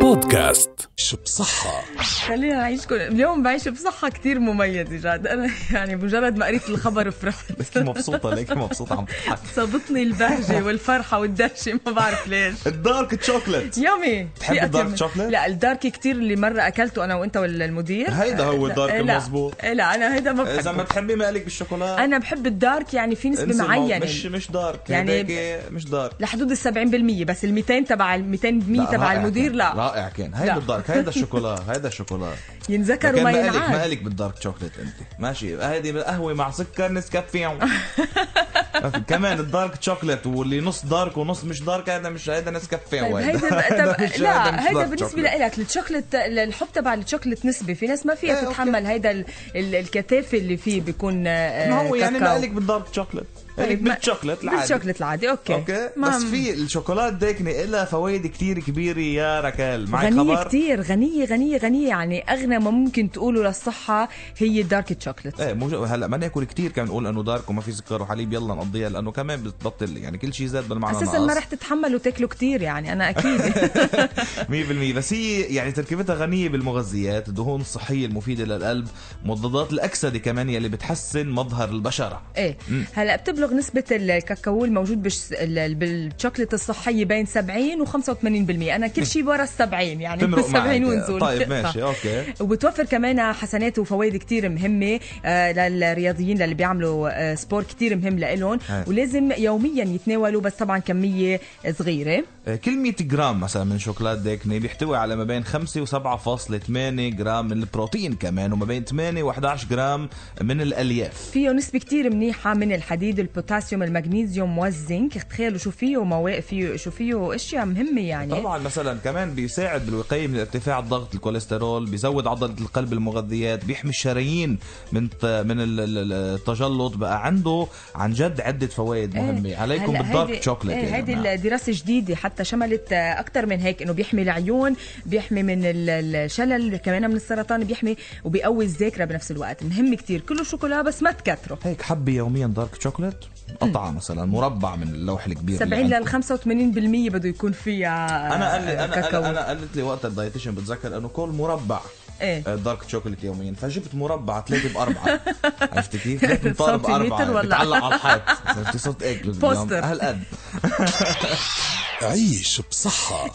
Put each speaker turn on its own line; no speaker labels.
بودكاست شو بصحة
خلينا نعيش كل... اليوم بعيش بصحة كتير مميزة جد أنا يعني مجرد ما قريت الخبر فرحت
ليكي مبسوطة ليكي مبسوطة إيه؟ عم تضحك
صابتني البهجة والفرحة والدهشة ما بعرف ليش
الدارك تشوكلت
يومي
بتحبي
في
الدارك
أطيب-
شوكليت؟
لا الدارك كتير اللي مرة أكلته أنا وأنت ولا المدير
هيدا هو الدارك
آه، لا.
المزبوط.
آه، لا أنا هيدا ما
إذا ما
بحبه
بتحبي مالك بالشوكولاتة
أنا بحب الدارك يعني في
انسي
نسبة
الموضوع.
معينة
مش مش دارك
يعني
يعني مش دارك
لحدود ال 70% بس ال 200 تبع ال 200 100
لا،
تبع
رائع
المدير
كان.
لا
رائع كان هيدا
لا.
الدارك هيدا الشوكولا هيدا الشوكولا
ينذكر
لكن
وما
ما قالك ما
ينعاد
قالك بالدارك شوكليت انت ماشي هيدي قهوه مع سكر نسكافيه كمان الدارك شوكليت واللي نص دارك ونص مش دارك هذا مش هيدا نسكافيه
طيب
وهيدا.
هيدا طب
مش- هيدا مش
لا هيدا
دارك
بالنسبه
شوكليت.
لك الشوكلت الحب تبع الشوكلت نسبه في ناس ما
إيه،
فيها
أوكي.
تتحمل هيدا ال- ال- الكثافه اللي فيه بيكون آه،
ما هو يعني ما
كاكاو.
قالك بالدارك شوكليت قالك
طيب، ما-
بالشوكليت العادي
بالشوكلت العادي اوكي
اوكي
ما-
بس في الشوكولات داكنه لها فوائد كتير كبيره يا ركال معي
غنية
خبر
كتير غنية غنية غنية يعني أغنى ما ممكن تقوله للصحة هي الدارك شوكلت
ايه مو هلا ما ناكل كتير كمان نقول انه دارك وما في سكر وحليب يلا نقضيها لانه كمان بتبطل يعني كل شيء زاد بالمعنى
أساسا ما
نقص.
رح تتحملوا تاكلوا كتير يعني أنا أكيد
100% بس هي يعني تركيبتها غنية بالمغذيات الدهون الصحية المفيدة للقلب مضادات الأكسدة كمان يلي بتحسن مظهر البشرة
ايه هلا بتبلغ نسبة الكاكاو الموجود بش... ال- ال- بالشوكليت الصحية بين 70 و85% أنا كل شيء ورا ال 70 يعني من
تمرق
70
معك
ونزول آه.
طيب ماشي اوكي
وبتوفر كمان حسنات وفوائد كتير مهمة آه، للرياضيين للي بيعملوا آه، سبور كتير مهم لإلهم
إيه.
ولازم يوميا يتناولوا بس طبعا كمية صغيرة
آه، كل 100 جرام مثلا من شوكولات داكنة بيحتوي على ما بين 5 و7.8 جرام من البروتين كمان وما بين 8 و11 جرام من الألياف
فيه نسبة كتير منيحة من الحديد البوتاسيوم المغنيسيوم والزنك تخيلوا شو فيه مواقع فيه شو فيه اشياء مهمة يعني
طبعا مثلا كمان بيساعد بالوقايه من ارتفاع الضغط الكوليسترول بيزود عضله القلب المغذيات بيحمي الشرايين من الت- من ال- ال- ال- التجلط بقى عنده عن جد عده فوائد مهمه
إيه.
عليكم
هلا
بالدارك
هيدي-
شوكليت يعني. نعم.
ايه
يا جماعة.
هيدي الدراسه جديده حتى شملت اكثر من هيك انه بيحمي العيون بيحمي من ال- الشلل كمان من السرطان بيحمي وبيقوي الذاكره بنفس الوقت مهم كتير كله شوكولا بس ما تكتره
هيك حبه يوميا دارك شوكليت قطعه مثلا مربع من اللوح الكبير اللي
70 لل
عندكم.
85% بده يكون فيها
انا قال لي انا
كاكاو.
يعني أنا- انا قالت لي وقت الدايتيشن بتذكر انه كل مربع
ايه
آه، دارك شوكليت يوميا فجبت مربع ثلاثة بأربعة عرفت كيف؟ ثلاثة انطار
سنتيمتر
بأربعة
ولا؟
بتعلق على الحيط إيه؟ عرفتي صرت اكل
بوستر.
هالقد
عيش بصحة